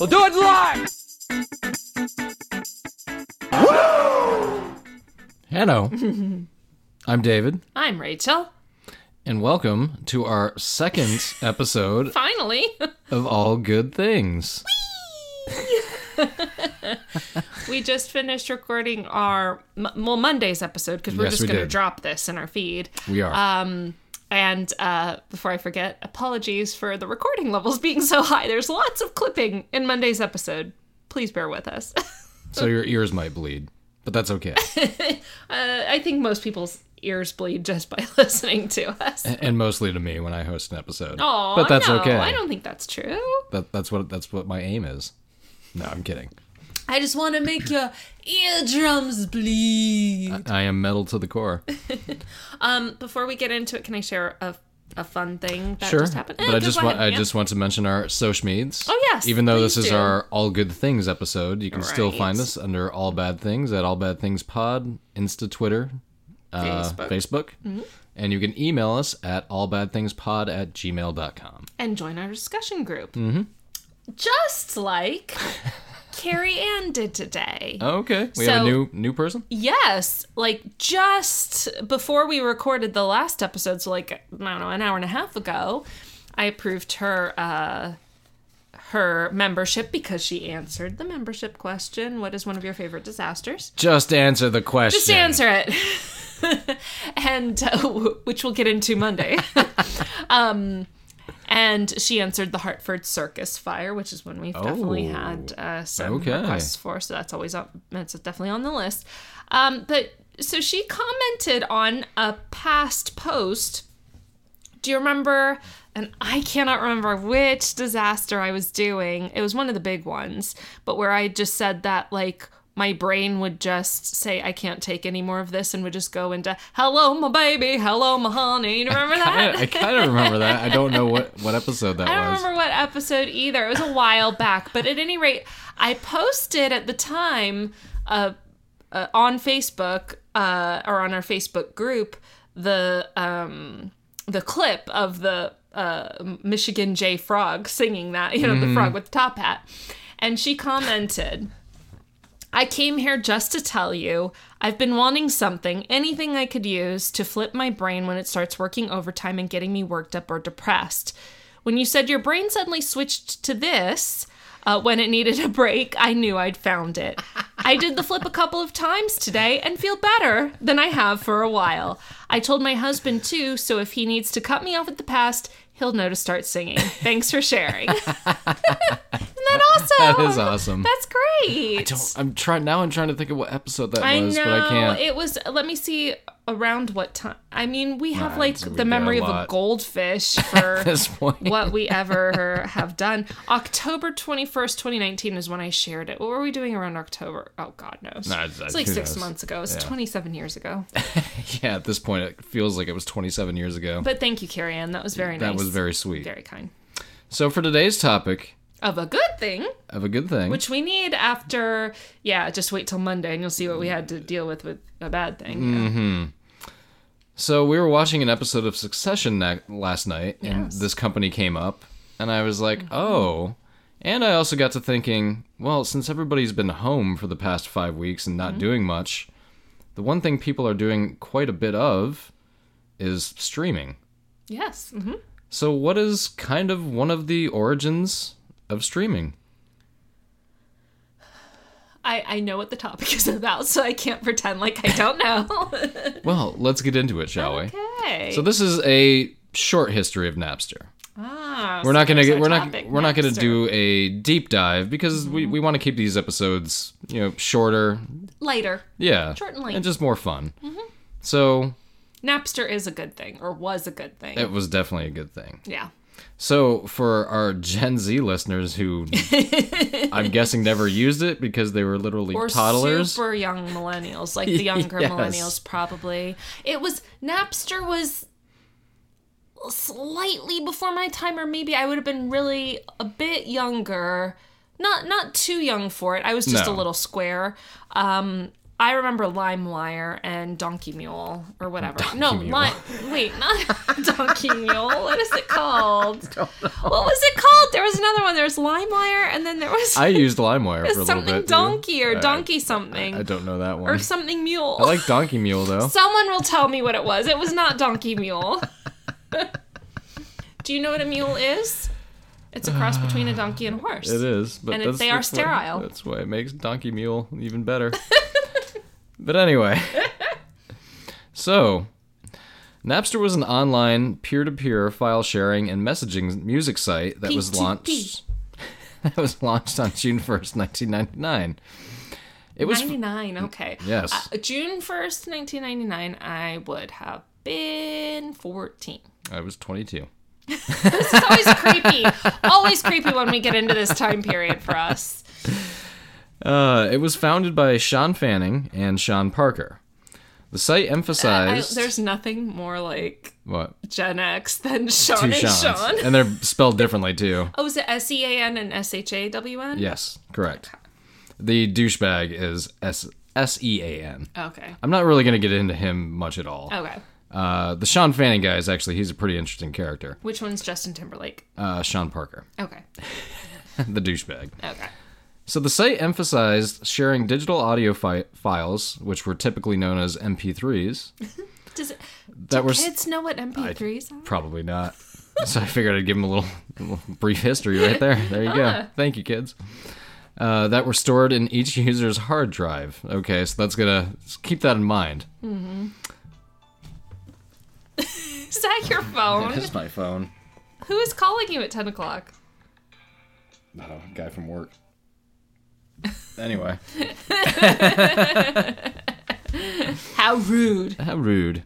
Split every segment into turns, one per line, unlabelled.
We'll do it live.
Hello. I'm David,
I'm Rachel.
and welcome to our second episode
Finally.
of All Good Things.
we just finished recording our m- well Monday's episode because we're
Yes,
just
we
going to
did.
drop this in our feed.
We are.
Um and uh before I forget, apologies for the recording levels being so high. There's lots of clipping in Monday's episode. Please bear with us.
so your ears might bleed, but that's okay.
uh, I think most people's ears bleed just by listening to us.
and mostly to me when I host an episode.
Oh,
but that's
no,
okay.
I don't think that's true.
That, that's what that's what my aim is. No, I'm kidding.
I just want to make your eardrums bleed.
I am metal to the core.
Before we get into it, can I share a, a fun thing that
sure,
just happened? Eh,
but I
go
just
ahead,
want I
yeah.
just want to mention our social meds.
Oh, yes,
Even though this
please
is
do.
our All Good Things episode, you can still
Right.
find us under All Bad Things at All Bad Things Pod, Insta, Twitter, uh,
Facebook. Mm-hmm.
Facebook. And you can email us at allbadthingspod at gmail.com.
and join our discussion group. Mm-hmm. Just like Carrie Ann did today.
Okay. We have a
So-
new new person?
Yes, like just before we recorded the last episode, so like I don't know, an hour and a half ago, I approved her uh her membership because she answered the membership question. What is one of your favorite disasters?
Just answer the question.
Just answer it. and uh, w- which we'll get into Monday. um and she answered the Hartford Circus fire, which is one we've definitely
Oh,
had uh, some
okay.
requests for, so that's always on, that's definitely on the list. Um, but so she commented on a past post. Do you remember? And I cannot remember which disaster I was doing. It was one of the big ones, but where I just said that like my brain would just say I can't take any more of this and would just go into hello my baby, hello my honey. You remember that?
I kind of remember that. I don't know what, what episode that
I don't
was.
remember what episode either. It was a while back, but at any rate, I posted at the time uh, uh, on Facebook uh, or on our Facebook group the um, the clip of the uh, Michigan J Frog singing that you know the frog with the top hat, and she commented. I came here just to tell you I've been wanting something, anything I could use to flip my brain when it starts working overtime and getting me worked up or depressed. When you said your brain suddenly switched to this uh, when it needed a break, I knew I'd found it. I did the flip a couple of times today and feel better than I have for a while. I told my husband too, so if he needs to cut me off at the past, he'll know to start singing. Thanks for sharing. Isn't that awesome?
That is awesome.
That's great.
Don't- I'm trying now. I'm trying to think of what episode that
I
was,
know
but I can't.
it was. Let me see around what time. I mean, we have
Nah,
like
it's- we
the
got a
memory of a
lot.
goldfish
At
for
this point,
what we ever have done. October twenty first, twenty nineteen is when I shared it. What were we doing around October? Oh God knows.
Nah, it's-
it's like
who
six
knows?
months ago. It's
Yeah.
twenty seven years ago.
yeah, at this point, it feels like it was 27 years ago.
But thank you, Carrie Ann. That was very nice.
that was very sweet.
very kind.
So for today's topic
Of a good thing,
of a good thing,
which we need after. Yeah, just wait till Monday, and you'll see what we had to deal with with a bad thing.
Mm. so we were watching an episode of Succession na- last night, and
Yes. Mm-hmm.
this company came up, and I was like, oh. And I also got to thinking, well, since everybody's been home for the past five weeks and
Mm-hmm.
not doing much, the one thing people are doing quite a bit of is streaming.
Yes. hmm
So, what is kind of one of the origins of streaming?
I, I know what the topic is about, so I can't pretend like I don't know.
Well, let's get into it, shall we?
okay.
So this is a short history of Napster.
ah,
We're not gonna
there's
get
our
we're not
topic, Mm-hmm.
we're not gonna
Napster.
do a deep dive because we, we want to keep these episodes you know shorter,
later.
yeah,
Short and Mm-hmm. light.
just more fun. So
Napster is a good thing, or was a good thing.
it was definitely a good thing.
yeah.
So for our Gen Z listeners who I'm guessing never used it because they were literally
Or
toddlers.
super young millennials, like the younger
Yes.
millennials probably. It was Napster was slightly before my time, or maybe I would have been really a bit younger. Not not too young for it. I was just
No.
a little square. Um, I remember LimeWire and Donkey Mule or whatever.
Donkey
no,
Mule.
Li- wait, not Donkey Mule. What is it called? What was it called? There was another one. There was LimeWire, and then there was
I used LimeWire for a little
something
bit. too.
donkey or
I-
donkey something
I don't know that one.
or something mule.
I like Donkey Mule though.
Someone will tell me what it was. It was not donkey mule. Do you know what a mule is? It's a cross between a donkey and a horse.
Uh, It is, but
And it-
that's,
they are
that's why-
sterile.
that's why it makes Donkey Mule even better. but anyway, so Napster was an online peer-to-peer file sharing and messaging music site that was
P2P.
launched. that was launched on June first, nineteen ninety-nine. It was
99, okay.
Yes.
Uh, June 1st, 1999, I would have been 14.
I was twenty-two.
This is always creepy. Always creepy when we get into this time period for us.
Uh, it was founded by Sean Fanning and Sean Parker. The site
I,
emphasized
there's nothing more like
what
Gen X than Sean
two
and
Sean's,
Sean.
and they're spelled differently too.
Oh, is it S E A N and S H A W N?
Yes, correct. The douchebag is S S E A N.
Okay.
I'm not really going to get into him much at all.
Okay.
Uh, the Sean Fanning guy is actually he's a pretty interesting character.
Which one's Justin Timberlake?
Uh, Sean Parker,
Okay.
the douchebag.
Okay.
So the site emphasized sharing digital audio fi- files, which were typically known as MP3s,
Does it,
that were s-
kids know what MP3s are?
Probably not. so I figured I'd give them a little, a little brief history right there. There you go. Thank you, kids. Uh, that were stored in each user's hard drive. Okay, so that's gonna keep that in mind.
Is that your phone?
my phone.
Who is calling you at 10 o'clock?
Oh, guy from work. Anyway,
How rude.
how rude.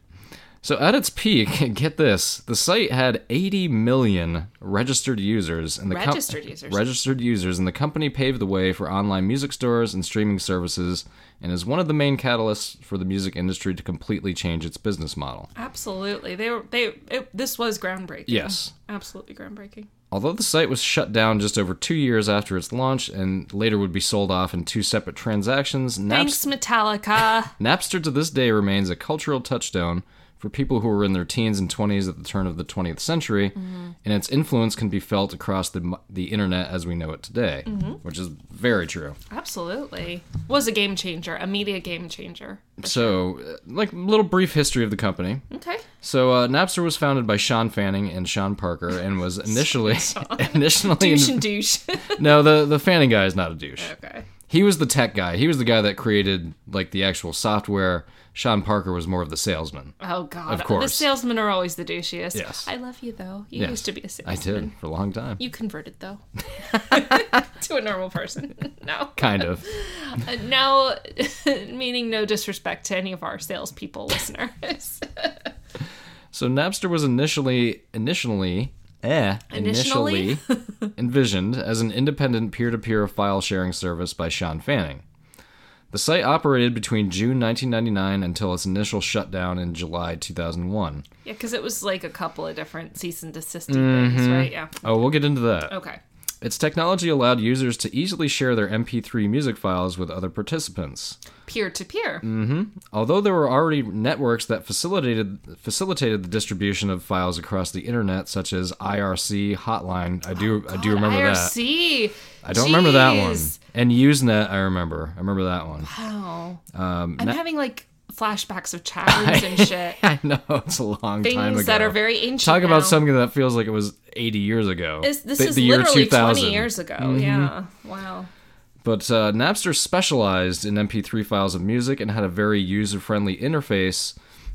So at its peak, get this: the site had 80 million registered users, and the com-
Registered users.
registered users, and the company paved the way for online music stores and streaming services, and is one of the main catalysts for the music industry to completely change its business model.
Absolutely. They were they it, this was groundbreaking.
Yes.
Absolutely groundbreaking.
Although the site was shut down just over two years after its launch and later would be sold off in two separate transactions,
Thanks
Naps-
Metallica.
Napster to this day remains a cultural touchstone for people who were in their teens and 20s at the turn of the 20th century,
Mm-hmm.
and its influence can be felt across the, m- the internet as we know it today,
Mm-hmm.
which is very true.
Absolutely. Was a game changer, a media game changer.
So, uh, like, little brief history of the company.
Okay.
So, uh, Napster was founded by Sean Fanning and Sean Parker, and was initially initially
Douche and douche.
no the the Fanning guy is not a douche.
okay.
He was the tech guy. He was the guy that created like the actual software. Sean Parker was more of the salesman.
Oh god.
Of course.
The salesmen are always the douchiest.
Yes.
I love you though. You
Yes.
used to be a
I
salesman.
did for a long time,
You converted though. to a normal person. No.
kind of.
Uh, no meaning no disrespect to any of our salespeople listeners.
So Napster was initially initially eh,
Initially?
initially envisioned as an independent peer-to-peer file sharing service by Sean Fanning. The site operated between June 1999 until its initial shutdown in July 2001.
yeah, cuz it was like a couple of different cease and desist things, right? Yeah.
Oh, we'll get into that.
Okay.
Its technology allowed users to easily share their MP3 music files with other participants.
Peer to peer.
Mm, Although there were already networks that facilitated facilitated the distribution of files across the internet, such as IRC, Hotline, I do I do remember that.
IRC.
I don't remember that one. And Usenet, I remember. I remember that one.
Wow. Oh.
Um,
I'm having like flashbacks of chat rooms and shit.
I know it's a long time ago.
Things that are very ancient.
Talk
now.
about something that feels like it was 80 years ago.
This, this
the,
is
the year Mm-hmm.
literally
2000.
20 years ago. Yeah. Wow.
But uh, Napster specialized in MP3 files of music and had a very user-friendly interface.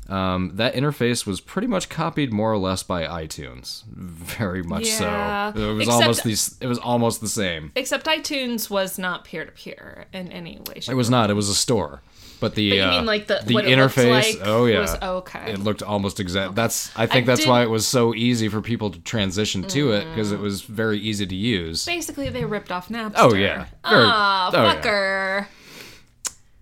Um, that interface was pretty much copied more or less by iTunes, very much
Yeah.
so. It was
Except-
almost these. It was almost the same.
Except iTunes was not peer to peer in any way.
It
shape-
was not. It was a store, but the
you
uh,
mean like the-
the
what it looked
interface.
like
oh yeah,
was okay.
It looked almost exact. That's. I think that's
did-
why it was so easy for people to transition to it because
Mm.
it was very easy to use.
Basically, they ripped off Napster.
Oh yeah. Very-
Ah,
oh, yeah.
fucker.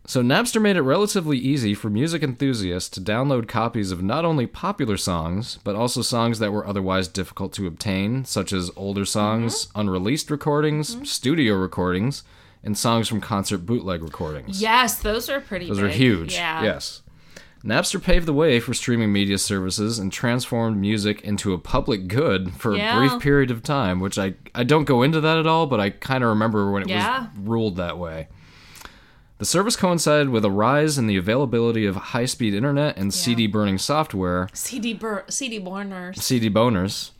So Napster made it relatively easy for music enthusiasts to download copies of not only popular songs, but also songs that were otherwise difficult
Mm-hmm.
to obtain, such as older songs, unreleased recordings, studio recordings, and songs from concert bootleg recordings.
Yes, those are pretty.
Those
big.
are huge.
Yeah.
Yes. Napster paved the way for streaming media services and transformed music into a public good for
Yeah.
a brief period of time, which I, I don't go into that at all, but I kind of remember when it
Yeah.
was ruled that way. The service coincided with a rise in the availability of high speed internet and CD burning software,
CD bur- CD burners.
CD boners,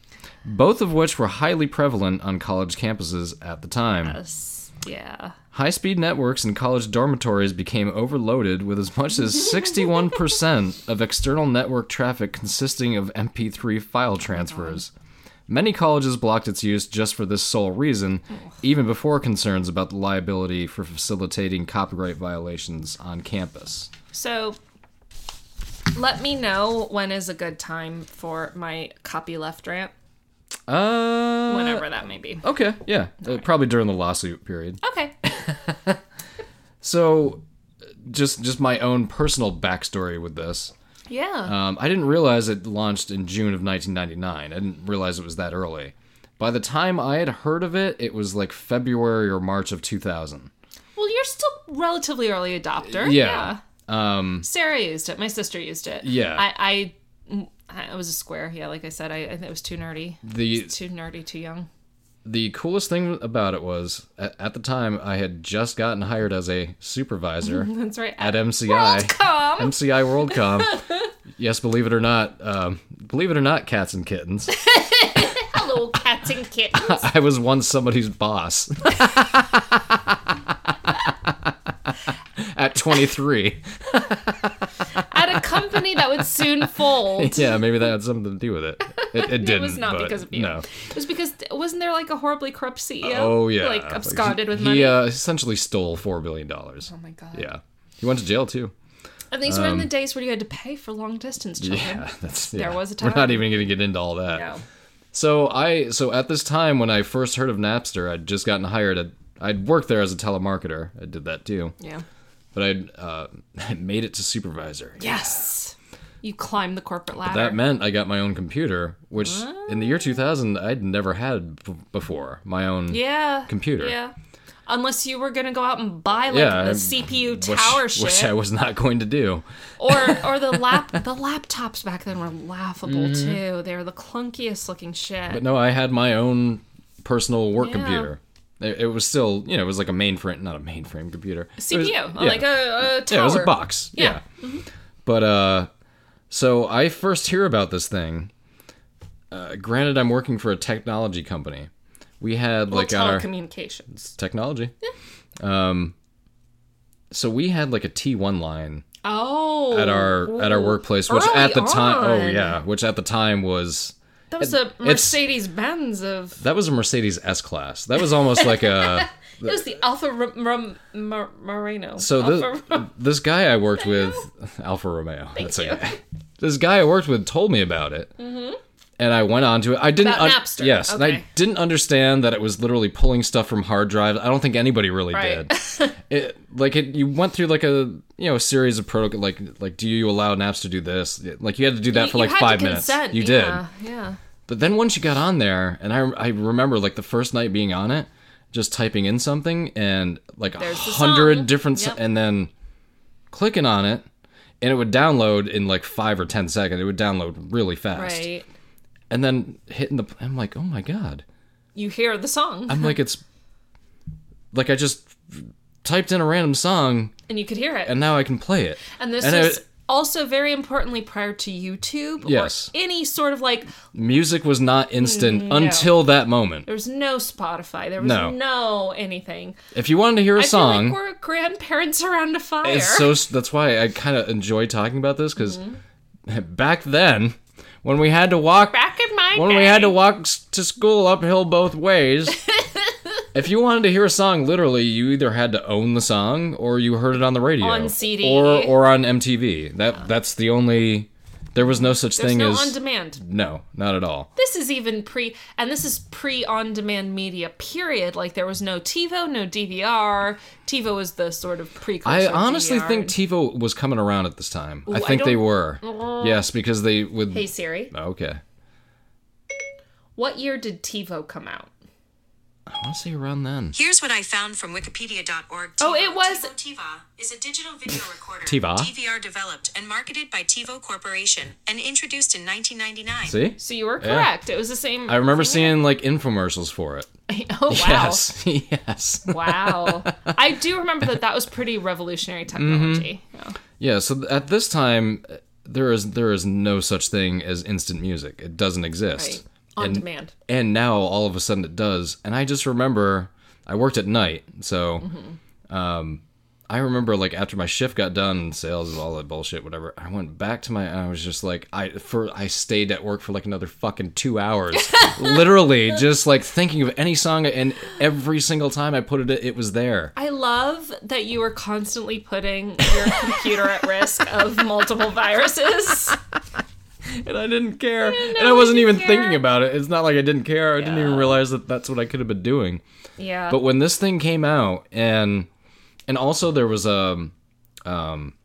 both of which were highly prevalent on college campuses at the time.
Uh, Yes. Yeah.
High speed networks in college dormitories became overloaded with as much as 61% of external network traffic consisting of MP3 file transfers. Many colleges blocked its use just for this sole reason, even before concerns about the liability for facilitating copyright violations on campus.
So let me know when is a good time for my copy left rant,
Uh,
whenever that may be.
Okay, yeah. uh, Probably during the lawsuit period.
Okay.
So, uh, just just my own personal backstory with this.
Yeah.
Um, I didn't realize it launched in June of 1999. I didn't realize it was that early. By the time I had heard of it, it was like February or March of 2000.
well, you're still relatively early adopter.
Yeah. Um,
Yeah. Sarah used it. My sister used it.
Yeah.
I I, I was a square. Yeah, like I said, I, I think it was too nerdy.
The
Too nerdy, too young.
the coolest thing about it was at, at the time I had just gotten hired as a supervisor
That's right.
at MCI.
WorldCom.
MCI WorldCom. yes, believe it or not, um, believe it or not, cats and kittens.
Hello, cats and kittens.
I was once somebody's boss. at 23.
at a company that would soon fold.
yeah, maybe that had something to do with it. It, it didn't.
It was not
but
because of you.
No.
It was because wasn't there like a horribly corrupt CEO?
Oh yeah.
like absconded
he,
with money.
He uh, essentially stole four billion dollars.
oh my god.
Yeah. He went to jail too.
And these were in the days where you had to pay for long distance children.
Yeah, that's yeah.
There was a
We're not
time.
even going to get into all that.
No.
So I so at this time when I first heard of Napster, I'd just gotten hired. At, I'd worked there as a telemarketer. I did that too,
Yeah.
but I'd uh, I'd made it to supervisor.
Yes. You climbed the corporate ladder.
That meant I got my own computer, which in
Ah.
the year 2000 I'd never had b- before. My own
yeah.
computer.
Yeah. Unless you were gonna go out and buy like
Yeah,
the
I-
CPU
which,
tower shit,
which I was not going to do.
or or the lap the laptops back then were laughable too. They were the clunkiest looking shit.
Mm-hmm. But no, I had my own personal work
Yeah.
computer. It, it was still, you know, it was like a mainframe, not a mainframe computer. It was-
CPU,
yeah.
Oh, like a, a tower.
Yeah, it was a box.
Yeah.
Yeah. But uh so I first hear about this thing. Uh, granted I'm working for a technology company. We had
Well,
like on our
telecommunications.
technology. Um so we had like a T1 line
Oh,
at our at our workplace which
Early
at the time oh
on.
yeah, which at the time was
That was a
it's-
Mercedes Benz of.
that was a Mercedes S class. That was almost like a
It was the Alfa Ro- Ro- Mo- Moreno.
So
Alfa
this,
Ro-
this guy I worked with, Alfa Romeo. that's
you. Mm-hmm.
a guy. This guy I worked with told me about it, and I went on to it. I didn't.
About Napster.
Yes, and
Okay.
I didn't understand that it was literally pulling stuff from hard drives. I don't think anybody really
Right.
did. it like it. You went through like a you know a series of protocol. Like like do you allow Napster to do this? Like you had to do that for
You
like
had to
five minutes.
consent,
You did.
yeah, Yeah.
But then once you got on there, and I, I remember like the first night being on it, just typing in something and like a
There's the song.
hundred different, so-
Yep.
and then clicking on it, and it would download in like five or ten seconds. It would download really fast,
Right.
and then hitting the. I'm like, oh my god.
You hear the song,
I'm like, it's like I just typed in a random song,
and you could hear it.
and
And,
now I can play it.
this
and
was
I-
also very importantly prior to YouTube
Yes.
or any sort of like.
Music was not instant
Mm,
until that moment.
There was no Spotify. There was no,
No.
anything.
If you wanted to hear a
I
song,
feel like we're grandparents around a fire.
It's so that's why I kind of enjoy talking about this because back then, when we had to walk,
Mm-hmm. Back in my
when
day,
we had to walk s- to school uphill both ways, if you wanted to hear a song, literally, you either had to own the song or you heard it on the radio,
On CD.
or or on MTV. That that's the only. There was no such
there's
thing
no
as
on demand.
no, not at all.
this is even pre and this is pre on demand media period like there was no tivo no dvr tivo was the sort of precursor
I
of
honestly
DVR.
think TiVo was coming around at this time. I
I
think they
don't-
were. yes, because they would.
hey siri
okay.
what year did tivo come out
I want to say around then.
Here's what I found from Wikipedia.org.
Oh,
TiVo.
it was-
TiVo, TiVa is a digital video recorder.
TiVa?
DVR developed and marketed by TiVo Corporation and introduced in 1999.
See?
So you were
Yeah.
correct. It was the same.
I remember seeing like infomercials for it.
oh wow.
Yes. Yes.
Wow. I do remember that that was pretty revolutionary technology.
Mm-hmm.
Yeah.
Yeah, so th- at this time uh, there is there is no such thing as instant music. It doesn't exist.
Right. On
and,
demand.
And now all of a sudden it does. And I just remember I worked at night, so um
Mm-hmm.
I remember like after my shift got done and sales and all that bullshit whatever, I went back to my and I was just like I for I stayed at work for like another fucking 2 hours. Literally just like thinking of any song and every single time I put it it was there.
I love that you were constantly putting your computer at risk of multiple viruses.
and I didn't care, and
know
I wasn't
you
even
care.
thinking about it. It's not like I didn't care. I didn't even
Yeah.
realize that that's what I could have been doing.
Yeah.
But when this thing came out, and and also there was a, um,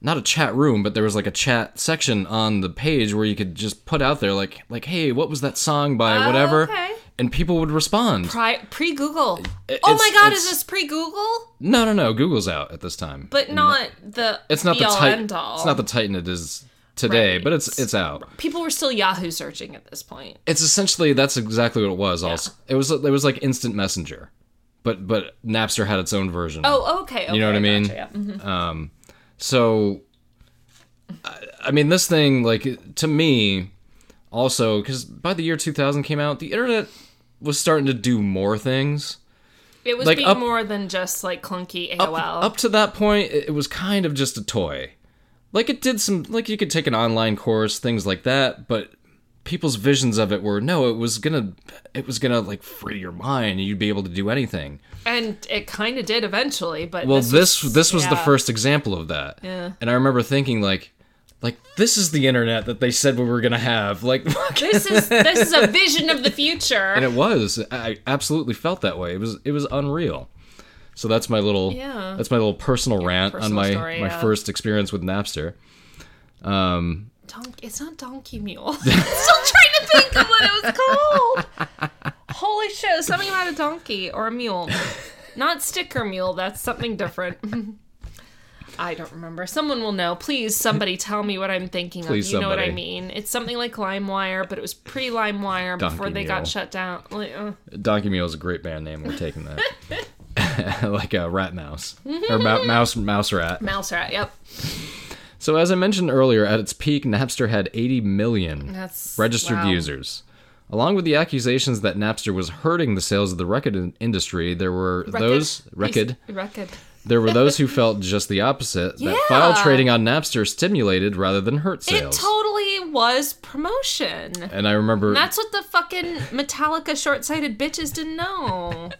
not a chat room, but there was like a chat section on the page where you could just put out there like like, hey, what was that song by whatever,
Oh, okay.
and people would respond.
Pre Google.
It-
Oh my
it's-
God, is
it's-
this pre Google?
no, no, no. Google's out at this time.
But not the
it's not
be
the
all
Titan.
end all.
It's not the Titan it is today,
Right.
but it's it's out.
People were still Yahoo searching at this point.
it's essentially that's exactly what it was. Also, it was it was like instant messenger, but but Napster had its own version.
Oh, okay. okay
You know what I mean?
gotcha, yeah. Mhm.
so I, I mean this thing like to me also because by the year 2000 came out, the internet was starting to do more things.
It was
Like,
being
up-
more than just like clunky AOL.
Up to that point, it it was kind of just a toy. Like it did some like you could take an online course, things like that, but people's visions of it were no, it was gonna it was gonna like free your mind, and you'd be able to do anything.
and it kind of did eventually, but
Well,
this
this this was, the
yeah.
first example of that.
Yeah.
And I remember thinking like like this is the internet that they said we were going to have. Like
this is this is a vision of the future.
and it was. I absolutely felt that way. It was it was unreal. So that's my little
Yeah.
that's my little personal rant
personal
on my
story,
my
yeah.
first experience with Napster. Um
Don- it's not Donkey Mule. I'm still trying to think of what it was called. Holy shit! it was Something about a donkey or a mule, not sticker mule. That's something different. I don't remember. Someone will know. Please, somebody tell me what I'm thinking
Please,
of. You know what I
somebody.
mean? It's something like LimeWire, but it was pre LimeWire before
Donkey
they
Mule.
got shut down. Like, uh,
Donkey Mule is a great band name. We're taking that. like a rat mouse or ma- mouse mouse rat.
Mouse rat. Yep.
So as I mentioned earlier, at its peak, Napster had 80 million
That's-
registered
wow.
users. Along with the accusations that Napster was hurting the sales of the record in- industry, there were those record.
Record.
There were those who felt just the opposite that file
Yeah.
trading on Napster stimulated rather than hurt
It
sales.
totally was promotion.
and I remember
That's what the fucking Metallica short-sighted bitches didn't know.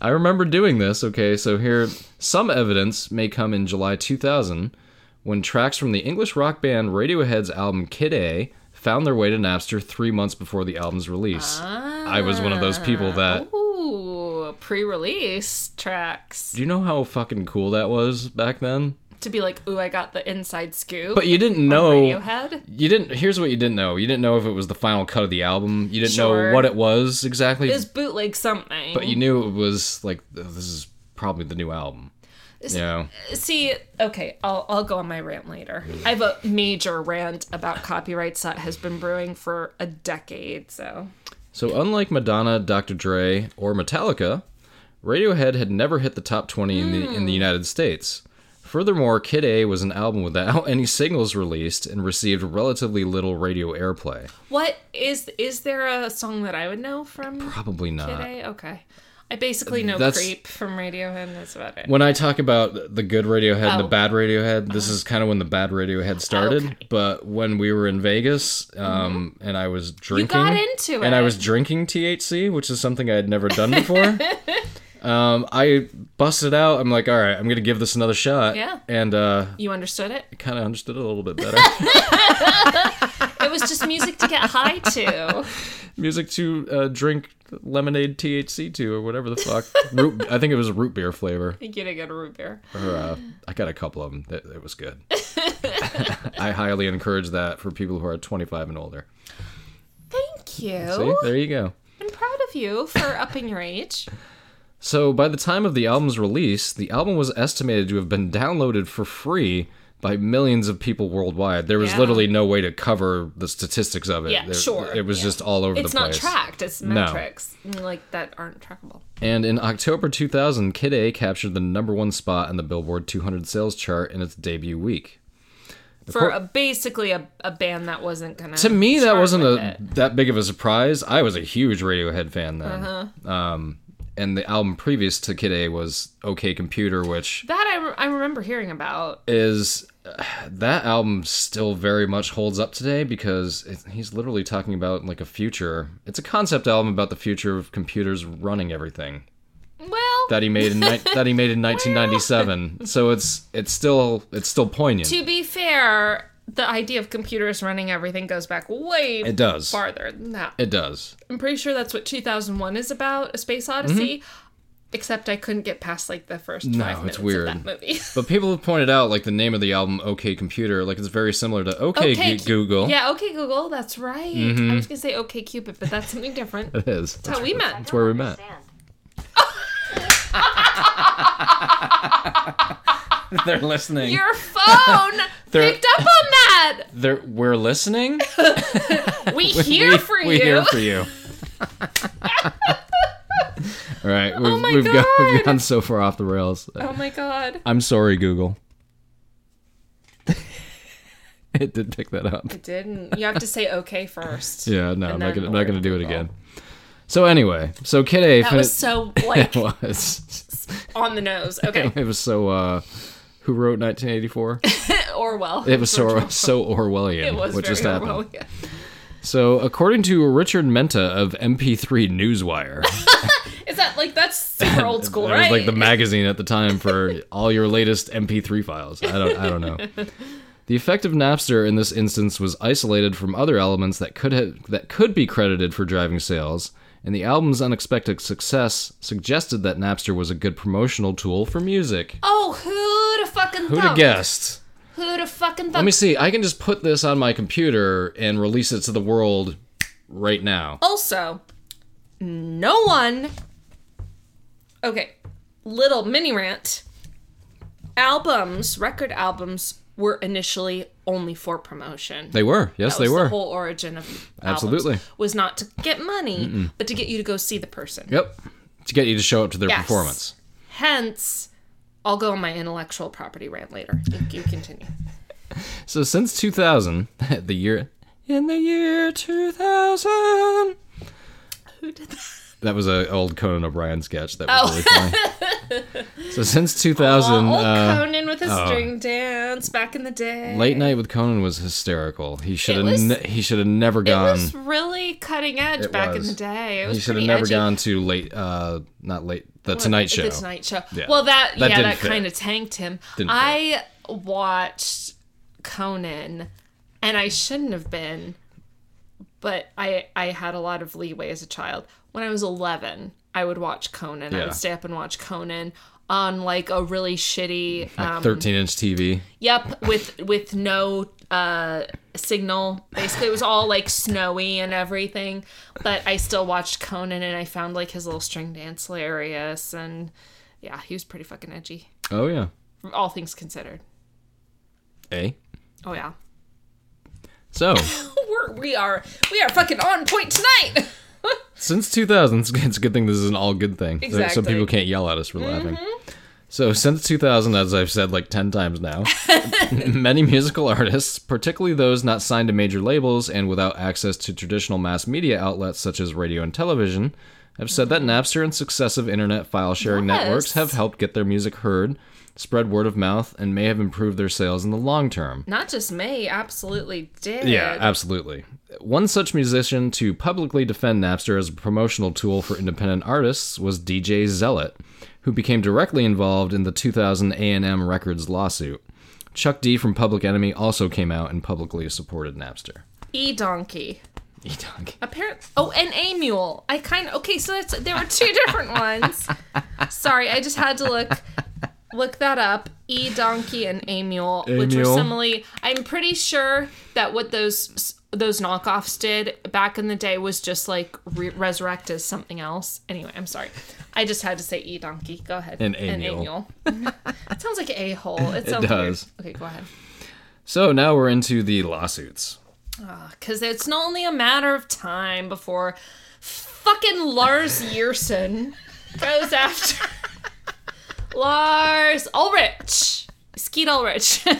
I remember doing this. Okay, so here some evidence may come in July 2000 when tracks from the English rock band Radiohead's album Kid A found their way to Napster 3 months before the album's release. I was one of those people
Ah.
that
Ooh, pre-release tracks
Do you know how fucking cool that was back then?
to be like, ooh, I got the inside scoop.
But you didn't know
Radiohead.
you didn't here's what you didn't know. You didn't know if it was the final cut of the album. You didn't
Sure.
know what it was exactly.
Is bootleg something?
but you knew it was like this is probably the new album. You know.
see, okay, I'll I'll go on my rant later. I have a major rant about copyrights that has been brewing for a decade. So
So, unlike Madonna, Dr. Dre, or Metallica, Radiohead had never hit the top 20 in, the,
Hmm.
in the United States. Furthermore, Kid A was an album without any singles released and received relatively little radio airplay.
what is is there a song that I would know from
Probably not.
today? Okay. I basically know
That's-
Creep from Radiohead. and That's about it.
When I talk about the good Radiohead and
Oh.
the bad Radiohead, this is kind of when the bad Radiohead started.
Okay. Mm-hmm.
But when we were in Vegas, um, and I was drinking,
got into
and I
it.
was drinking THC, which is something I had never done before. um, I busted out. I'm like, all right, I'm gonna give this another shot.
Yeah.
and uh,
You understood it?
kind of understood it a little bit better.
It was just music to get high to.
Music to uh, drink lemonade THC to, or whatever the fuck. root, I think it was root beer flavor.
You get a good root beer.
or, uh, I got a couple of them. That it was good. I highly encourage that for people who are 25 and older.
Thank you. Oh.
See, there you go.
I'm proud of with you for upping your age.
So, by the time of the album's release, the album was estimated to have been downloaded for free by millions of people worldwide. There was
Yeah.
literally no way to cover the statistics of it.
Yeah,
There-
sure.
It was
Yeah.
just all over
it's
the
not
place.
tracked. It's
No.
metrics like that aren't trackable.
And in October 2000, Kid A captured the number one spot on the Billboard 200 sales chart in its debut week.
For a, basically a, a band that wasn't gonna.
To me, that
chart
wasn't
with
a
it.
that big of a surprise. I was a huge Radiohead fan then. Um, and the album previous to Kid A was OK Computer, which
That I, re- I remember hearing about.
is that album still very much holds up today because it, he's literally talking about like a future. It's a concept album about the future of computers running everything.
Well,
that he made in ni- that he made in 1997. So it's it's still it's still poignant.
to be fair, the idea of computers running everything goes back way
It does.
farther than that.
It does.
I'm pretty sure that's what 2001 is about, A Space
Mm-hmm.
Odyssey. Except I couldn't get past like the first five minutes
it's
of
weird.
that movie.
But people have pointed out like the name of the album OK Computer, like it's very similar to OK, Gu-
Cu-
Google. Mm-hmm.
Yeah, okay, Google. That's right. I was gonna say okay, Cupid, but that's something different. That's
It is.
how we met.
That's where we met. They're listening.
Your phone
They're-
picked up on that.
They're we're listening.
We hear
we,
for
we
you.
hear for you. All right, we've,
Oh my
we've, gone, we've
God.
gone so far off the rails.
oh my god.
I'm sorry, Google. it did pick that up.
I didn't. You have to say okay first.
Yeah, no, I'm not
then
gonna, I'm not gonna do it
Google.
again. So anyway, so Kid A
That was so like
it was
on the nose. Okay.
it was so uh, who wrote 1984?
Orwell.
It was so so Orwellian.
It was
what
very
just happened?
Orwellian.
So according to Richard Menta of MP3 Newswire,
Is that like that's super old school,
it
right?
was like the magazine at the time for all your latest MP3 files. I don't I don't know. The effect of Napster in this instance was isolated from other elements that could have that could be credited for driving sales, and the album's unexpected success suggested that Napster was a good promotional tool for music.
oh, who'd have fucking
Who'd
thought?
have guessed?
Who'd have fucking
Let
thought?
me see. I can just put this on my computer and release it to the world right now.
Also, no one. Okay, little mini rant. Albums, record albums, were initially only for promotion.
They were. Yes,
That
they
was
were.
The whole origin of albums
Absolutely.
was not to get money, but to get you to go see the person.
yep. To get you to show up to their
Yes.
performance.
Hence, I'll go on my intellectual property rant later. You- You continue.
So since 2000, the year in the year 2000,
Who did that?
that was an old Conan O'Brien sketch that was really funny. so since 2000,
Oh. Old
uh,
Conan with his string dance back in the day.
late night with Conan was hysterical. He should have
was-
ne- he should have never
It
gone.
was really cutting edge
Um, It
back in
was.
the day. It was
he should have
pretty
never
edgy.
gone to late uh not late the Tonight Show.
The Tonight Show.
Yeah.
Well, that,
That
yeah,
didn't
that
fit.
kind of tanked him.
Didn't fit.
I watched Conan, and I shouldn't have been, but I I had a lot of leeway as a child. When I was eleven, I would watch Conan. I
Yeah.
would stay up and watch Conan on like a really shitty. Um,
13 inch TV.
yep, with with no uh signal. Basically, it was all like snowy and everything. But I still watched Conan, and I found like his little string dance hilarious, and yeah, he was pretty fucking edgy.
Oh yeah.
All things considered.
A.
Oh yeah,
So
Oh, we're we are we are fucking on point tonight.
Since 2000, it's- it's a good thing this is an all good thing. So- So,
Exactly. Mm-hmm.
people can't yell at us for laughing. So, since 2000, as I've said like 10 times now, many musical artists, particularly those not signed to major labels and without access to traditional mass media outlets such as radio and television, have said that Napster and successive internet file sharing
Mm-hmm. Yes.
networks have helped get their music heard, spread word of mouth, and may have improved their sales in the long term.
Not just me, absolutely did.
Yeah, absolutely. One such musician to publicly defend Napster as a promotional tool for independent artists was DJ Zealot, who became directly involved in the 2000 A&M Records lawsuit. Chuck D from Public Enemy also came out and publicly supported Napster.
E donkey.
E-Dog.
Apparently, oh, and a mule. I kind of okay. So that's there were two different ones. Sorry, I just had to look look that up. E donkey and a mule, which were
Amule.
similarly. I'm pretty sure that what those s- those knockoffs did back in the day was just like re- resurrect as something else. Anyway, I'm sorry. I just had to say e donkey. Go ahead.
And a-mule.
An a-mule. it sounds like a hole. It, sounds
does.
Weird. Okay, go ahead.
So now we're into the lawsuits.
Because it's not only a matter of time before fucking Lars Yearson goes after Lars Ulrich. Skeet Ulrich.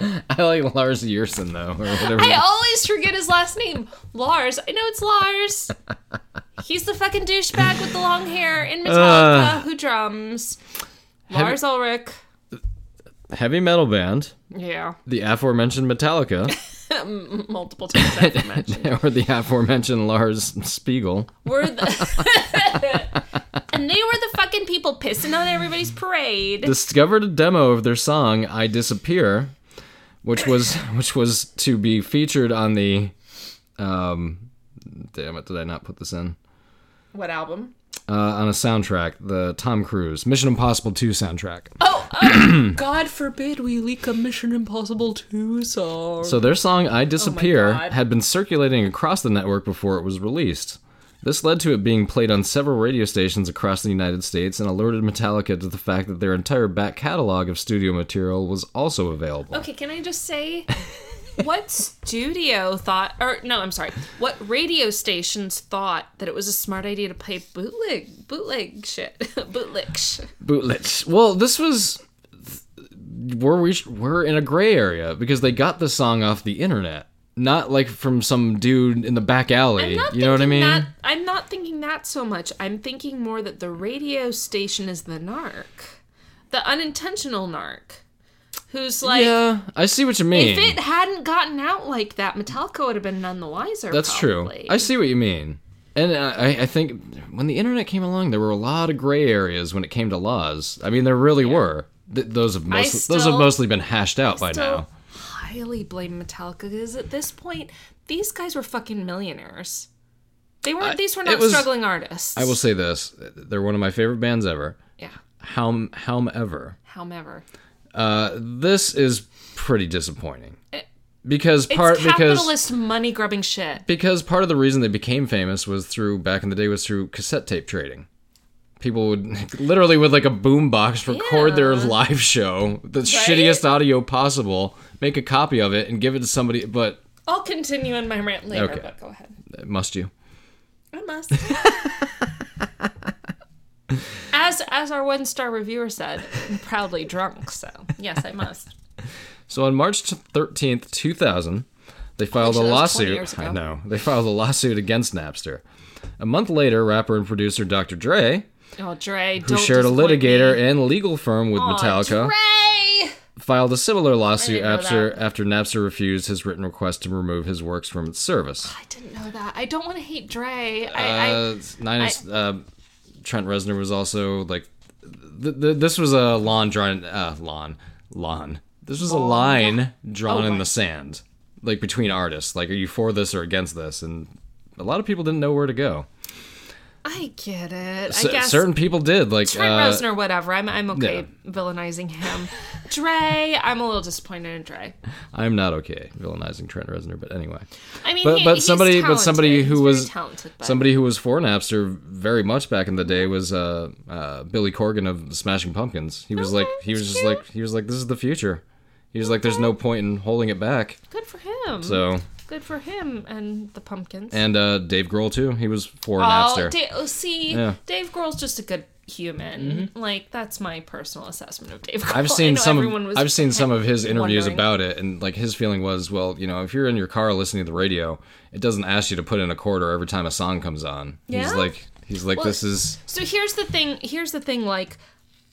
I like Lars Yearson though, or whatever.
I always forget his last name. Lars. I know it's Lars. He's the fucking douchebag with the long hair in Metallica who drums. Lars Ulrich.
Heavy metal band,
Yeah.
the aforementioned Metallica,
Multiple times I've mentioned.
or the aforementioned Lars Spiegel.
Were the and they were the fucking people pissing on everybody's parade.
discovered a demo of their song "I Disappear," which was which was to be featured on the. Um, damn it! Did I not put this in
what album?
uh, on a soundtrack? The Tom Cruise Mission Impossible Two soundtrack.
Oh, oh God forbid we leak a Mission Impossible 2 song.
So their song "I Disappear"
God.
had been circulating across the network before it was released. This led to it being played on several radio stations across the United States and alerted Metallica to the fact that their entire back catalog of studio material was also available.
Okay, can I just say what studio thought or no, I'm sorry. What radio stations thought that it was a smart idea to play bootleg bootleg shit. bootleg shit.
bootlets. Well, this was where we we're in a gray area because they got the song off the internet, not like from some dude in the back alley.
I'm not
You know what I mean?
thinking That, I'm not thinking that so much. I'm thinking more that the radio station is the narc, the unintentional narc, who's like,
yeah, I see what you mean.
if it hadn't gotten out like that, Metallica would have been none the wiser.
That's
probably.
true. I see what you mean. And I, I think when the internet came along, there were a lot of gray areas when it came to laws. I mean, there really were. Th- those have mostly, those have
still-
mostly been hashed out by
Still
now.
highly blame Metallica because at this point, these guys were fucking millionaires. They weren't. these were
it
not
was-
struggling artists.
I will say this: they're one of my favorite bands ever.
Yeah.
How, however,
However,
Uh, this is pretty disappointing because part
it's
because
capitalist money grubbing shit.
because part of the reason they became famous was through back in the day was through cassette tape trading. People would literally with like a boombox record their live show, the shittiest audio possible, make a copy of it and give it to somebody. But
I'll continue in my rant later,
Okay.
but go ahead.
must you?
I must. as as our one star reviewer said, I'm proudly drunk. So yes, I must.
So on March thirteenth, two thousand, they filed a
that was 20
lawsuit.
years ago.
I know they filed a lawsuit against Napster. A month later, rapper and producer Dr. Dre
Oh, Dre,
who
don't
shared a
disappoint
litigator
me.
and legal firm with Metallica,
Dre!
filed a similar
I
lawsuit
didn't know
after
that.
after Napster refused his written request to remove his works from its service.
I didn't know that. I don't want to hate Dre. I, I
uh, Nine Inch- uh, Trent Reznor was also like, th- th- this was a lawn drawn uh, lawn lawn. This was a line drawn
Oh,
in the sand, like between artists. Like, are you for this or against this? And a lot of people didn't know where to go.
I get it.
C-
I guess
certain people did. Like,
Trent
uh,
Reznor, whatever. I'm I'm okay villainizing him. Dre, I'm a little disappointed in Dre.
I'm not okay villainizing Trent Reznor, but anyway.
I mean,
but
he-
but
he's
somebody but
talented.
somebody
He's
who
very
was
talented, but
somebody who was for Napster very much back in the day was uh, uh, Billy Corgan of Smashing Pumpkins. He was like he was just like he was like this is the future. He was like there's no point in holding it back.
good for him.
So
good for him and the pumpkins.
and uh, Dave Grohl too. He was for
Oh,
Napster.
da- oh, see,
Yeah. Mm-hmm.
Dave Grohl's just a good human. Like that's my personal assessment of Dave Grohl.
I've
I
seen
know
some
everyone
of
was
I've seen some of his interviews
wondering.
about it and like his feeling was well, you know, if you're in your car listening to the radio, it doesn't ask you to put in a quarter every time a song comes on. He's
Yeah?
like he's like this is
So here's the thing. Here's the thing. Like,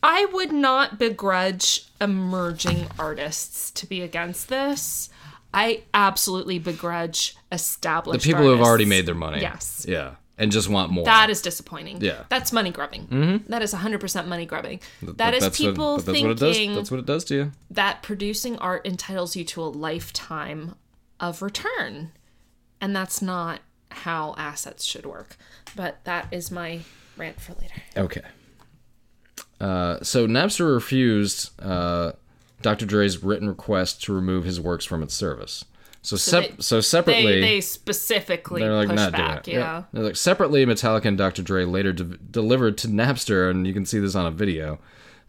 I would not begrudge emerging artists to be against this. I absolutely begrudge established
people who have
artists.
already made their money.
Yes.
Yeah. And just want more.
That is disappointing.
Yeah. Mm-hmm.
That's money grubbing. That is 100% money grubbing. that is
That's what-
people
but that's
thinking
What it does. That's what it does to you.
that producing art entitles you to a lifetime of return. And that's not how assets should work. But that is my rant for later.
Okay. Uh, so Napster refused uh, Dr. Dre's written request to remove his works from its service. So, sep-
they-
so separately,
They, they specifically
they're like
push
not
back,
doing it.
you
Yeah.
know.
They're like separately, Metallica and Dr. Dre later de- delivered to Napster, and you can see this on a video.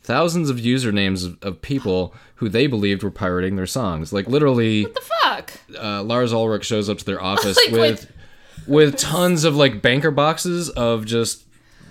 Thousands of usernames of, of people who they believed were pirating their songs. Like literally,
The fuck?
uh, Lars Ulrich shows up to their office
Like,
with with tons of like banker boxes of just.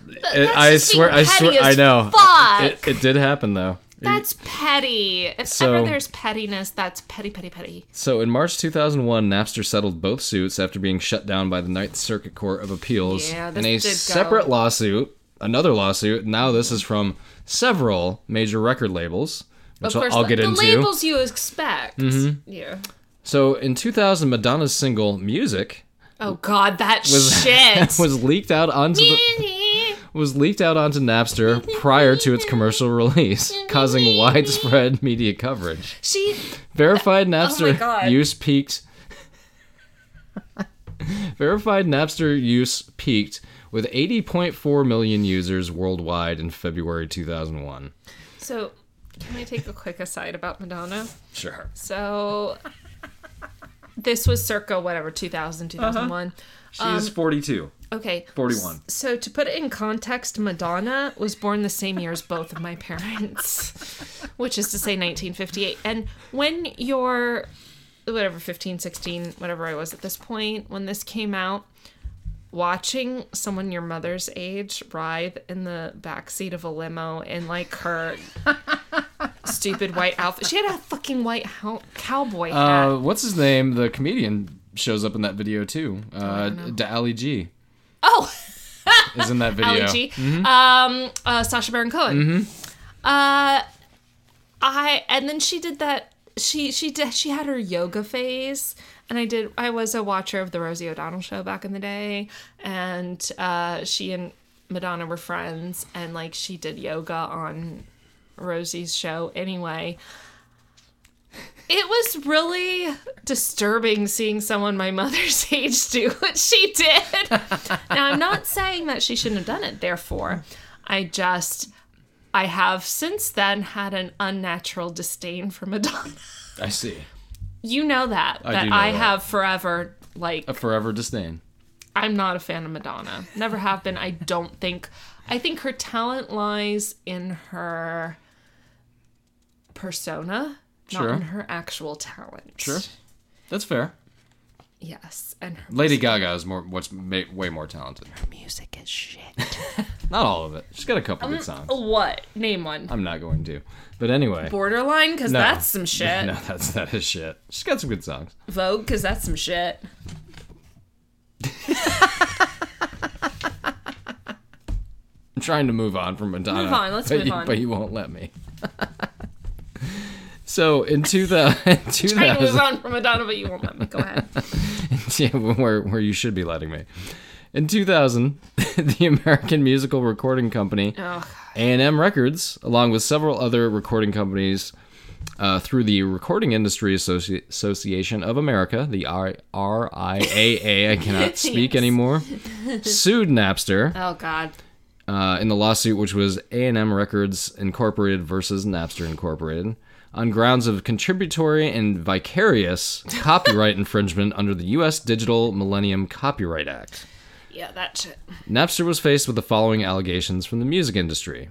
It,
that's
I
just
swear,
being
I swear,
petty
I
as
know.
fuck.
It, it did happen though.
That's petty. If
So-
ever there's pettiness, that's petty, petty, petty.
So in March 2001, Napster settled both suits after being shut down by the Ninth Circuit Court of Appeals
Yeah, this
in a
did go.
separate lawsuit. Another lawsuit. Now this is from several major record labels, which
of
I'll,
course,
I'll
the,
get
the
into. Mm-hmm.
labels you expect. Yeah.
So in 2000, Madonna's single "Music"
Oh God, that shit.
was leaked out onto the, was leaked out onto Napster prior to its commercial release, causing widespread media coverage.
she
Verified Napster
Oh God.
use peaked. Verified Napster use peaked with 80.4 million users worldwide in February 2001.
So, can I take a quick aside about Madonna?
Sure.
So, this was circa whatever 2000, 2001.
She
Um,
is 42.
Okay.
41.
S- So, to put it in context, Madonna was born the same year as both of my parents, which is to say 1958. And when you're whatever 15, 16, whatever I was at this point, when this came out, watching someone your mother's age writhe in the backseat of a limo in like her stupid white outfit. She had a fucking white ho- cowboy hat.
Uh, what's his name? The comedian shows up in that video too. Uh, Ali G
oh.
is in that video.
Ali G. Um, uh, Sasha Baron Cohen. Uh, I and then she did that. She she did, she had her yoga phase, and I did. I was a watcher of the Rosie O'Donnell show back in the day, and uh, she and Madonna were friends, and like she did yoga on Rosie's show anyway. It was really disturbing seeing someone my mother's age do what she did. Now, I'm not saying that she shouldn't have done it, therefore. I just, I have since then had an unnatural disdain for Madonna.
I see.
You know that. that
do know
I
that.
have forever, like,
A forever disdain.
I'm not a fan of Madonna. Never have been. I don't think. I think her talent lies in her persona,
Sure.
not in her actual talent.
Sure. That's fair.
Yes. And her
Lady Gaga is more, what's ma- way more talented.
music is shit.
Not all of it. She's got a couple good songs.
What? Name one.
I'm not going to. But anyway.
Borderline? Because
No.
that's some shit.
No, that's that is shit. She's got some good songs.
Vogue, because that's some shit.
I'm trying to move on from Madonna.
Move on, let's
but
move
you,
on.
But you won't let me. so in 2000,
trying to move
2000
on from Madonna, but you won't let me. Go ahead.
yeah, where, where you should be letting me. In 2000, the American musical recording company
Oh,
A&M Records, along with several other recording companies uh, through the Recording Industry Associ- Association of America, the R- RIAA, I cannot speak
Yes.
anymore, sued Napster
oh God.
uh, in the lawsuit, which was A&M Records Incorporated versus Napster Incorporated, on grounds of contributory and vicarious copyright infringement under the U.S. Digital Millennium Copyright Act.
Yeah, that shit.
Napster was faced with the following allegations from the music industry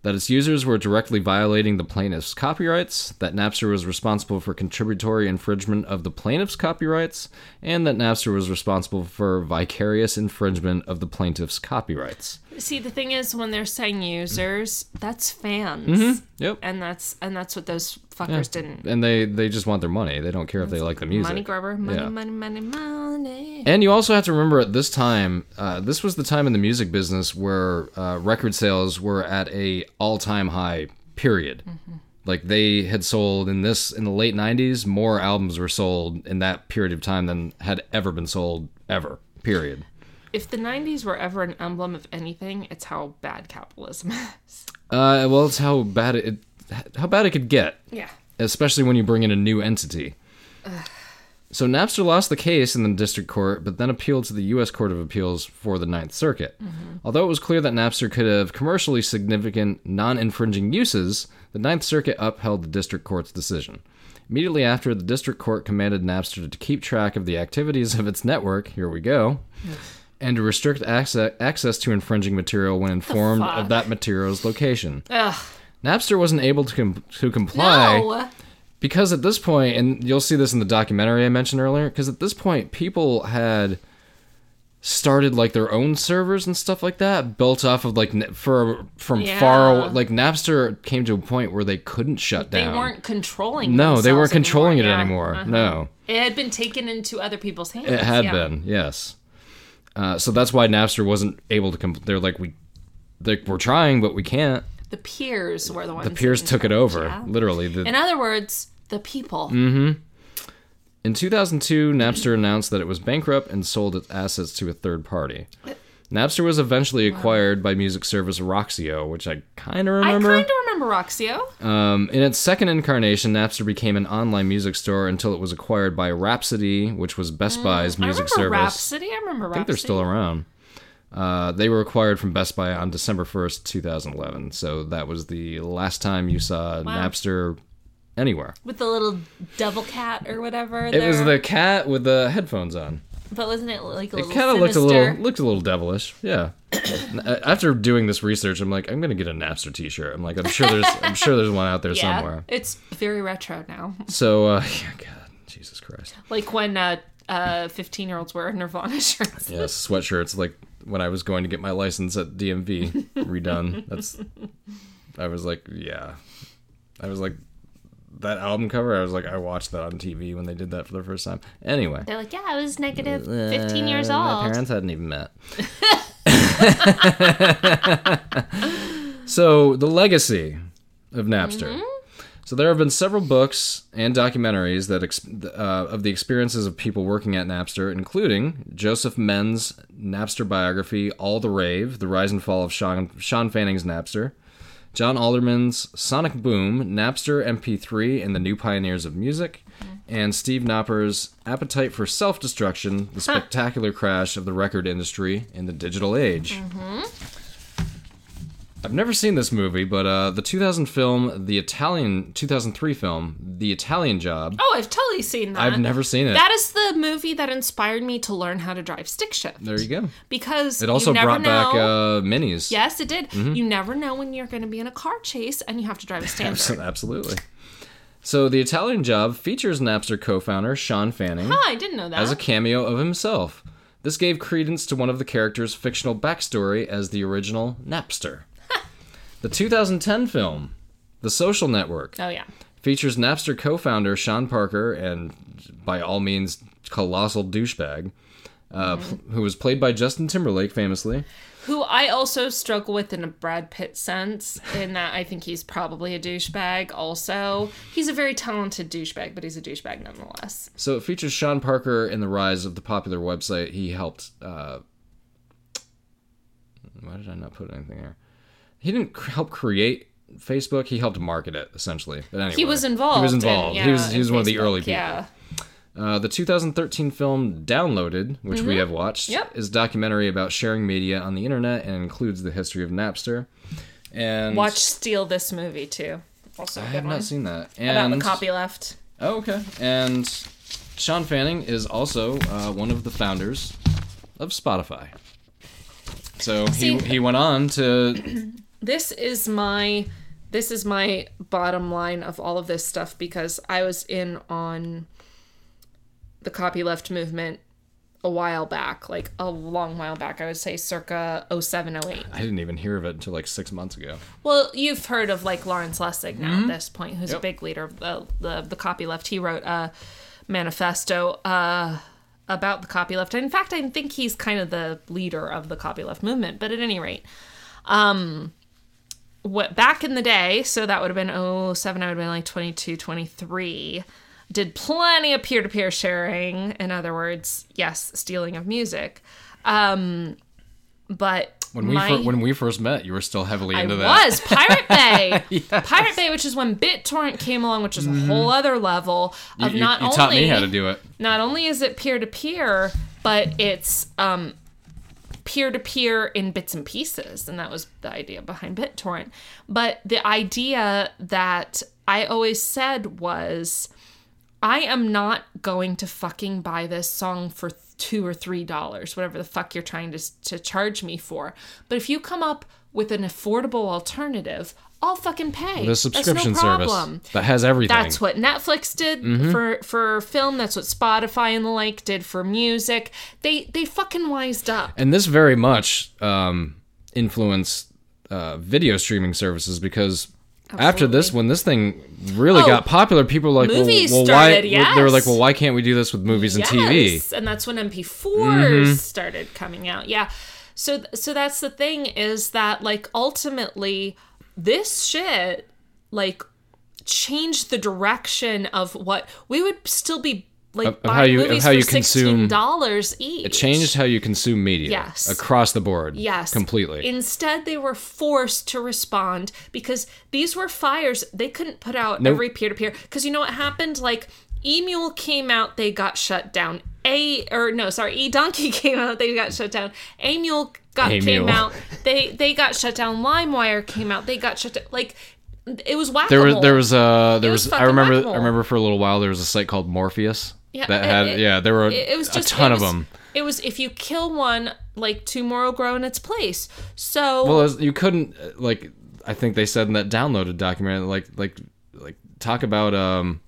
that its users were directly violating the plaintiff's copyrights, that Napster was responsible for contributory infringement of the plaintiff's copyrights, and that Napster was responsible for vicarious infringement of the plaintiff's copyrights.
See, the thing is, when they're saying users, that's fans,
Yep.
and that's and that's what those fuckers didn't.
And Mm-hmm. they they just want their money. They don't care if they like the music.
Money grubber, money,
Yeah.
money, money, money.
And you also have to remember at this time, uh, this was the time in the music business where uh, record sales were at a all time high. Period. Like they had sold in this in the late '90s, more albums were sold in that period of time than had ever been sold ever. Period.
If the '90s were ever an emblem of anything, it's how bad capitalism is.
Uh, well, it's how bad it how bad it could get,
Yeah.
especially when you bring in a new entity. So Napster lost the case in the district court, but then appealed to the U.S. Court of Appeals for the Ninth Circuit.
Mm-hmm.
Although it was clear that Napster could have commercially significant non infringing uses, the Ninth Circuit upheld the district court's decision. Immediately after, the district court commanded Napster to keep track of the activities of its network, here we go, and to restrict access, access to infringing material when informed of
fuck?
that material's location.
Ugh.
Napster wasn't able to, com- to comply
No.
because at this point and you'll see this in the documentary i mentioned earlier because at this point people had started like their own servers and stuff like that built off of like n- for from far
Yeah.
away like napster came to a point where they couldn't shut
They
down
weren't controlling.
no they
themselves
weren't controlling
anymore.
it
Yeah.
anymore
Uh-huh.
no
It had been taken into other people's hands.
it had
yeah.
been yes uh, so that's why napster wasn't able to come they're like we they, we're trying but we can't
The peers were the ones.
the peers
that-
took it over
Yeah.
literally the,
In other words, the people.
In 2002, Napster announced that it was bankrupt and sold its assets to a third party. Napster was eventually acquired by music service Roxio, which I kind of
I kind
remember.
of remember Roxio.
Um, in its second incarnation, Napster became an online music store until it was acquired by Rhapsody, which was Best Buy's
Mm, I
music
remember
service.
Rhapsody. I remember Rhapsody.
I think they're still around. Uh, they were acquired from Best Buy on December 1st, 2011. So that was the last time you saw Napster anywhere.
with the little devil cat or whatever.
It was the cat with the headphones on.
But wasn't it like a
It
little?
kind of looked a
sinister?
little looked a little devilish. Yeah. N- After doing this research, I'm like, I'm gonna get a Napster T-shirt. I'm like, I'm sure there's I'm sure there's one out there
Yeah,
somewhere.
it's very retro now.
So, uh, yeah, God, Jesus Christ.
Like when uh, uh, fifteen-year-olds wear Nirvana shirts.
Yeah, sweatshirts. Like when I was going to get my license at DMV redone. That's. I was like, yeah. I was like, that album cover. I was like, I watched that on TV when they did that for the first time. Anyway.
They're like, yeah, I was negative fifteen
Uh,
years
My
old.
parents hadn't even met. so the legacy of Napster.
Mm-hmm.
So there have been several books and documentaries that ex- uh, of the experiences of people working at Napster, including Joseph Men's Napster biography, All the Rave: The Rise and Fall of Sean, Sean Fanning's Napster. John Alderman's Sonic Boom, Napster MP3, and the New Pioneers of Music, and Steve Knopper's Appetite for Self Destruction The Spectacular Crash of the Record Industry in the Digital Age.
Mm-hmm.
I've never seen this movie, but uh, the 2000 film, the Italian 2003 film, The Italian Job.
Oh, I've totally seen that.
I've never seen it.
That is the movie that inspired me to learn how to drive stick shift.
there you go.
Because
It also
you never
brought
know,
back uh, Mm-hmm. minis.
Yes, it did. You never know when you're going to be in a car chase and you have to drive a standard.
Abso- Absolutely. So, The Italian Job features Napster co founder Sean Fanning.
Oh, I didn't know that.
as a cameo of himself. This gave credence to one of the character's fictional backstory as the original Napster. the 2010 film, The Social Network,
oh yeah.
features Napster co founder Sean Parker and, by all means, colossal douchebag, uh, pl- who was played by Justin Timberlake famously.
Who I also struggle with in a Brad Pitt sense, in that I think he's probably a douchebag. Also, he's a very talented douchebag, but he's a douchebag nonetheless.
So it features Sean Parker in the rise of the popular website he helped. Uh, why did I not put anything there? He didn't cr- help create Facebook. He helped market it essentially. But anyway,
He was involved.
He was
in-
involved.
yeah,
he was he
in
was one of the
Facebook,
early people.
Yeah.
Uh, the 2013 film Downloaded, which we have watched,
Mm-hmm. Yep.
is a documentary about sharing media on the internet and includes the history of Napster. And
Watch Steal This Movie too. Also, a
I
good
have
one.
not seen that.
About
And
the copy left.
Oh, okay. And Sean Fanning is also uh, one of the founders of Spotify. So he,
See-
he went on to
this is my this is my bottom line of all of this stuff because I was in on the copyleft movement a while back, like a long while back. I would say circa 07, 08.
I didn't even hear of it until like six months ago.
Well, you've heard of like Lawrence Lessig now at this point, who's
Mm-hmm. Yep.
a big leader of the the, the copyleft. He wrote a manifesto uh, about the copyleft. In fact, I think he's kind of the leader of the copyleft movement. But at any rate, um, what back in the day, so that would have been oh seven. I would have been like 22, 23. Did plenty of peer to peer sharing. In other words, yes, stealing of music. Um, but
When we
My-
fir- when we first met, you were still heavily
I
into that.
was Pirate Bay. Pirate Bay, which is when BitTorrent came along, which is a whole other level
Mm-hmm. You,
of
you-
not
you
only
taught me how to do it.
not only is it peer to peer, but it's um peer to peer in bits and pieces, and that was the idea behind BitTorrent. But the idea that I always said was, I am not going to fucking buy this song for two or three dollars, whatever the fuck you're trying to to charge me for. But if you come up with an affordable alternative, I'll fucking pay.
The subscription
That's no problem.
service that has everything.
That's what Netflix did
Mm-hmm.
for for film. That's what Spotify and the like did for music. They they fucking wised up.
and this very much um, influenced uh, video streaming services because after this, when this thing really
Oh.
got popular, people were like, well,
Movies
well,
started,
why? They were
yes.
like, well, why can't we do this with movies and Mm-hmm. TV?
Yes, and that's when MP4s started coming out. Yeah. So th- so that's the thing is that like ultimately this shit like changed the direction of what we would still be like
of how
buying
you- of
movies
how
for
you
sixteen
consume-
dollars each.
It changed how you consume media
Yes.
across the board.
Yes.
completely.
Instead, they were forced to respond because these were fires. They couldn't put out every peer to peer. Because you know what happened? Like, Emule came out, they got shut down. A, or no, sorry, E Donkey came out, they got shut down. A Mule got, came
Amule.
out, they they got shut down. LimeWire came out, they got shut down. Like, it was whack
there was there was uh there
was
was, I
fucking
remember
whack-a-mole.
I remember for a little while there was a site called Morpheus
Yeah,
that
it-
had
it-
yeah there were
it, it was just
a ton
it
of
was-
them.
It was if you kill one, like two more will grow in its place. So
Well, it was- you couldn't uh, like I think they said in that downloaded document like like like talk about um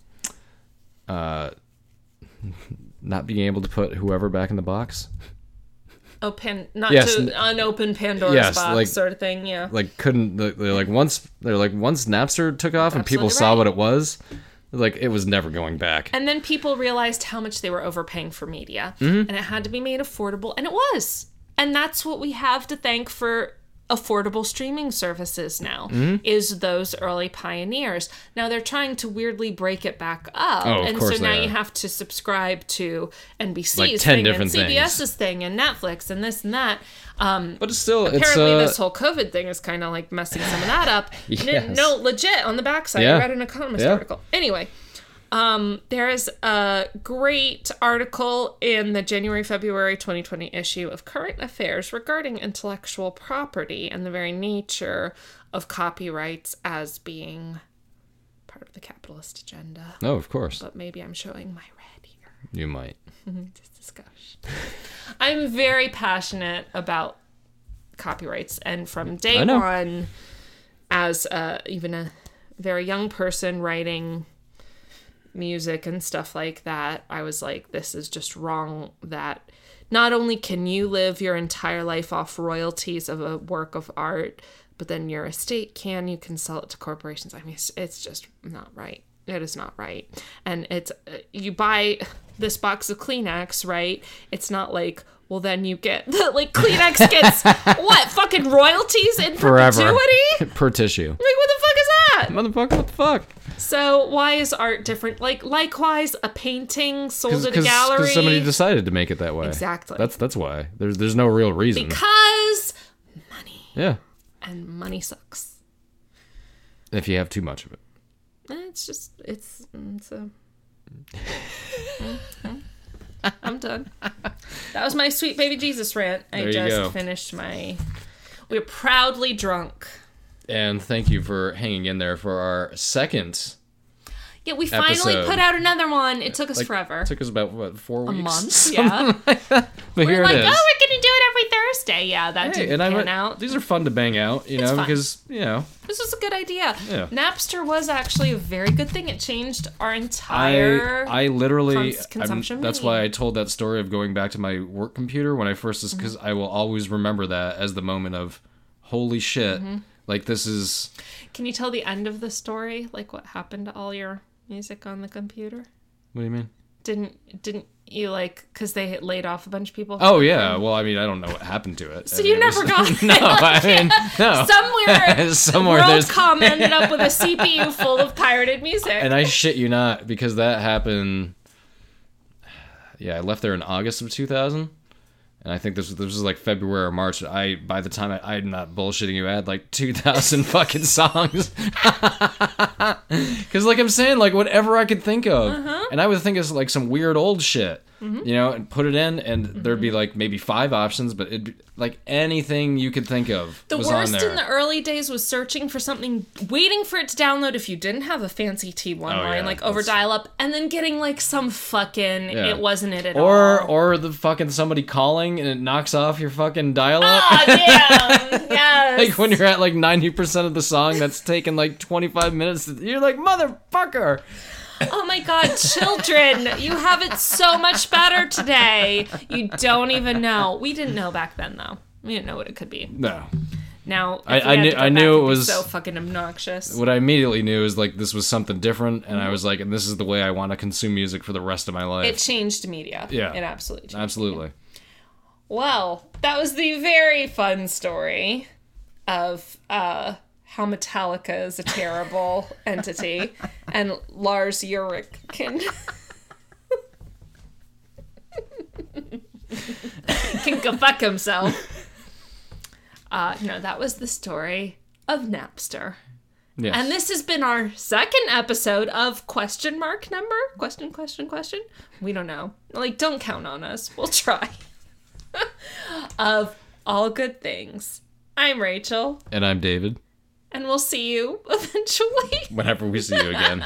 uh not being able to put whoever back in the box.
open not
Yes, n-
to unopen Pandora's
yes,
box
like-
sort of thing. Yeah.
Like couldn't they- they're like once they're like once Napster took off and people
Absolutely
saw
right.
what it was, like it was never going back.
and then people realized how much they were overpaying for media,
Mm-hmm.
and it had to be made affordable, and it was. And that's what we have to thank for affordable streaming services now
Mm-hmm.
is those early pioneers. Now they're trying to weirdly break it back up,
Oh, of
and
course
so
they
now
are.
you have to subscribe to NBC's
10
thing
different
and
things.
CBS's thing and Netflix and this and that. Um,
But it's still it's
apparently
uh,
this whole COVID thing is kind of like messing some of that up. N-
Yes.
No, legit on the backside.
Yeah.
I read an Economist
Yeah.
article. Anyway, um, there is a great article in the January February 2020 issue of Current Affairs regarding intellectual property and the very nature of copyrights as being part of the capitalist agenda.
No, of course.
But maybe I'm showing my red here
You might.
discuss. I'm very passionate about copyrights, and from day
I know.
one, as a, even a very young person writing music and stuff like that, I was like, this is just wrong. That not only can you live your entire life off royalties of a work of art, but then your estate can, you can sell it to corporations. I mean, it's, it's just not right. It is not right. And it's, uh, you buy this box of Kleenex, right? It's not like, well, then you get, like, Kleenex gets what? Fucking royalties in
Forever.
perpetuity?
per tissue.
Like, what the fuck is that?
Motherfucker, what the fuck?
So why is art different? Like likewise, a painting sold at a gallery
Because somebody decided to make it that way.
Exactly.
That's that's why. There's there's no real reason.
because
yeah.
and money sucks.
If you have too much of it.
Eh, It's just it's it's a. I'm done. That was my sweet baby Jesus rant. I
There you
just
go.
finished my. We're proudly drunk.
And thank you for hanging in there for our second.
Yeah, we finally
Episode.
put out another one. It took us
like,
forever.
took us about what four
a month.
weeks.
Yeah.
But here
We're like,
it is.
oh, we're gonna do it every Thursday. Yeah, that
Hey,
didn't
and I
pan
went,
out.
These are fun to bang out, you know,
fun.
because you know
This was a good idea.
Yeah.
Napster was actually a very good thing. It changed our entire.
I I literally
cons-
I'm-
consumption
that's why I told that story of going back to my work computer when I first
Mm-hmm.
because I will always remember that as the moment of holy shit,
Mm-hmm.
like this is
Can you tell the end of the story? Like what happened to all your music on the computer?
what do you mean?
Didn't didn't you like because they had laid off a bunch of people?
Oh yeah. Well, I mean, I don't know what happened to it.
so you never got it.
No, I mean, no.
somewhere.
Somewhere there's-
WorldCom ended up with a CPU full of pirated music.
and I shit you not, because that happened. Yeah, I left there in August of 2000, And I think this was this was like February or March. I by the time I, I'm not bullshitting you, I had like two thousand fucking songs. Because like I'm saying, like whatever I could think of,
Uh-huh.
and I would think it's like some weird old shit,
Mm-hmm.
you know, and put it in, and there'd be like maybe five options, but it'd be, like anything you could think of
The
was on
worst
there.
in the early days was searching for something, waiting for it to download if you didn't have a fancy T1 line,
Oh, yeah,
like over
that's-
dial up, and then getting like some fucking
Yeah.
it wasn't it at
or
all.
or the fucking somebody calling and it knocks off your fucking dial up.
oh, damn. yes.
like when you're at like 90% of the song that's taken like 25 minutes to- you're like motherfucker
oh my god, children, you have it so much better today. You don't even know. We didn't know back then though. We didn't know what it could be.
no
Now if
I-
we
I
had to
knew-
go
I
back,
knew
it'd
it
be
was-
so fucking obnoxious.
what i immediately knew is like this was something different and i was like and this is the way i want to consume music for the rest of my life
It changed media.
Yeah.
It absolutely changed.
absolutely
Well, that was the very fun story of uh, how Metallica is a terrible entity, and Lars Ulrich can can go fuck himself. Uh, no, that was the story of Napster.
yes
And this has been our second episode of question mark number? Question, question, question? We don't know. Like, don't count on us. We'll try. of all good things. I'm Rachel,
and i'm david
and we'll see you eventually.
whenever we see you again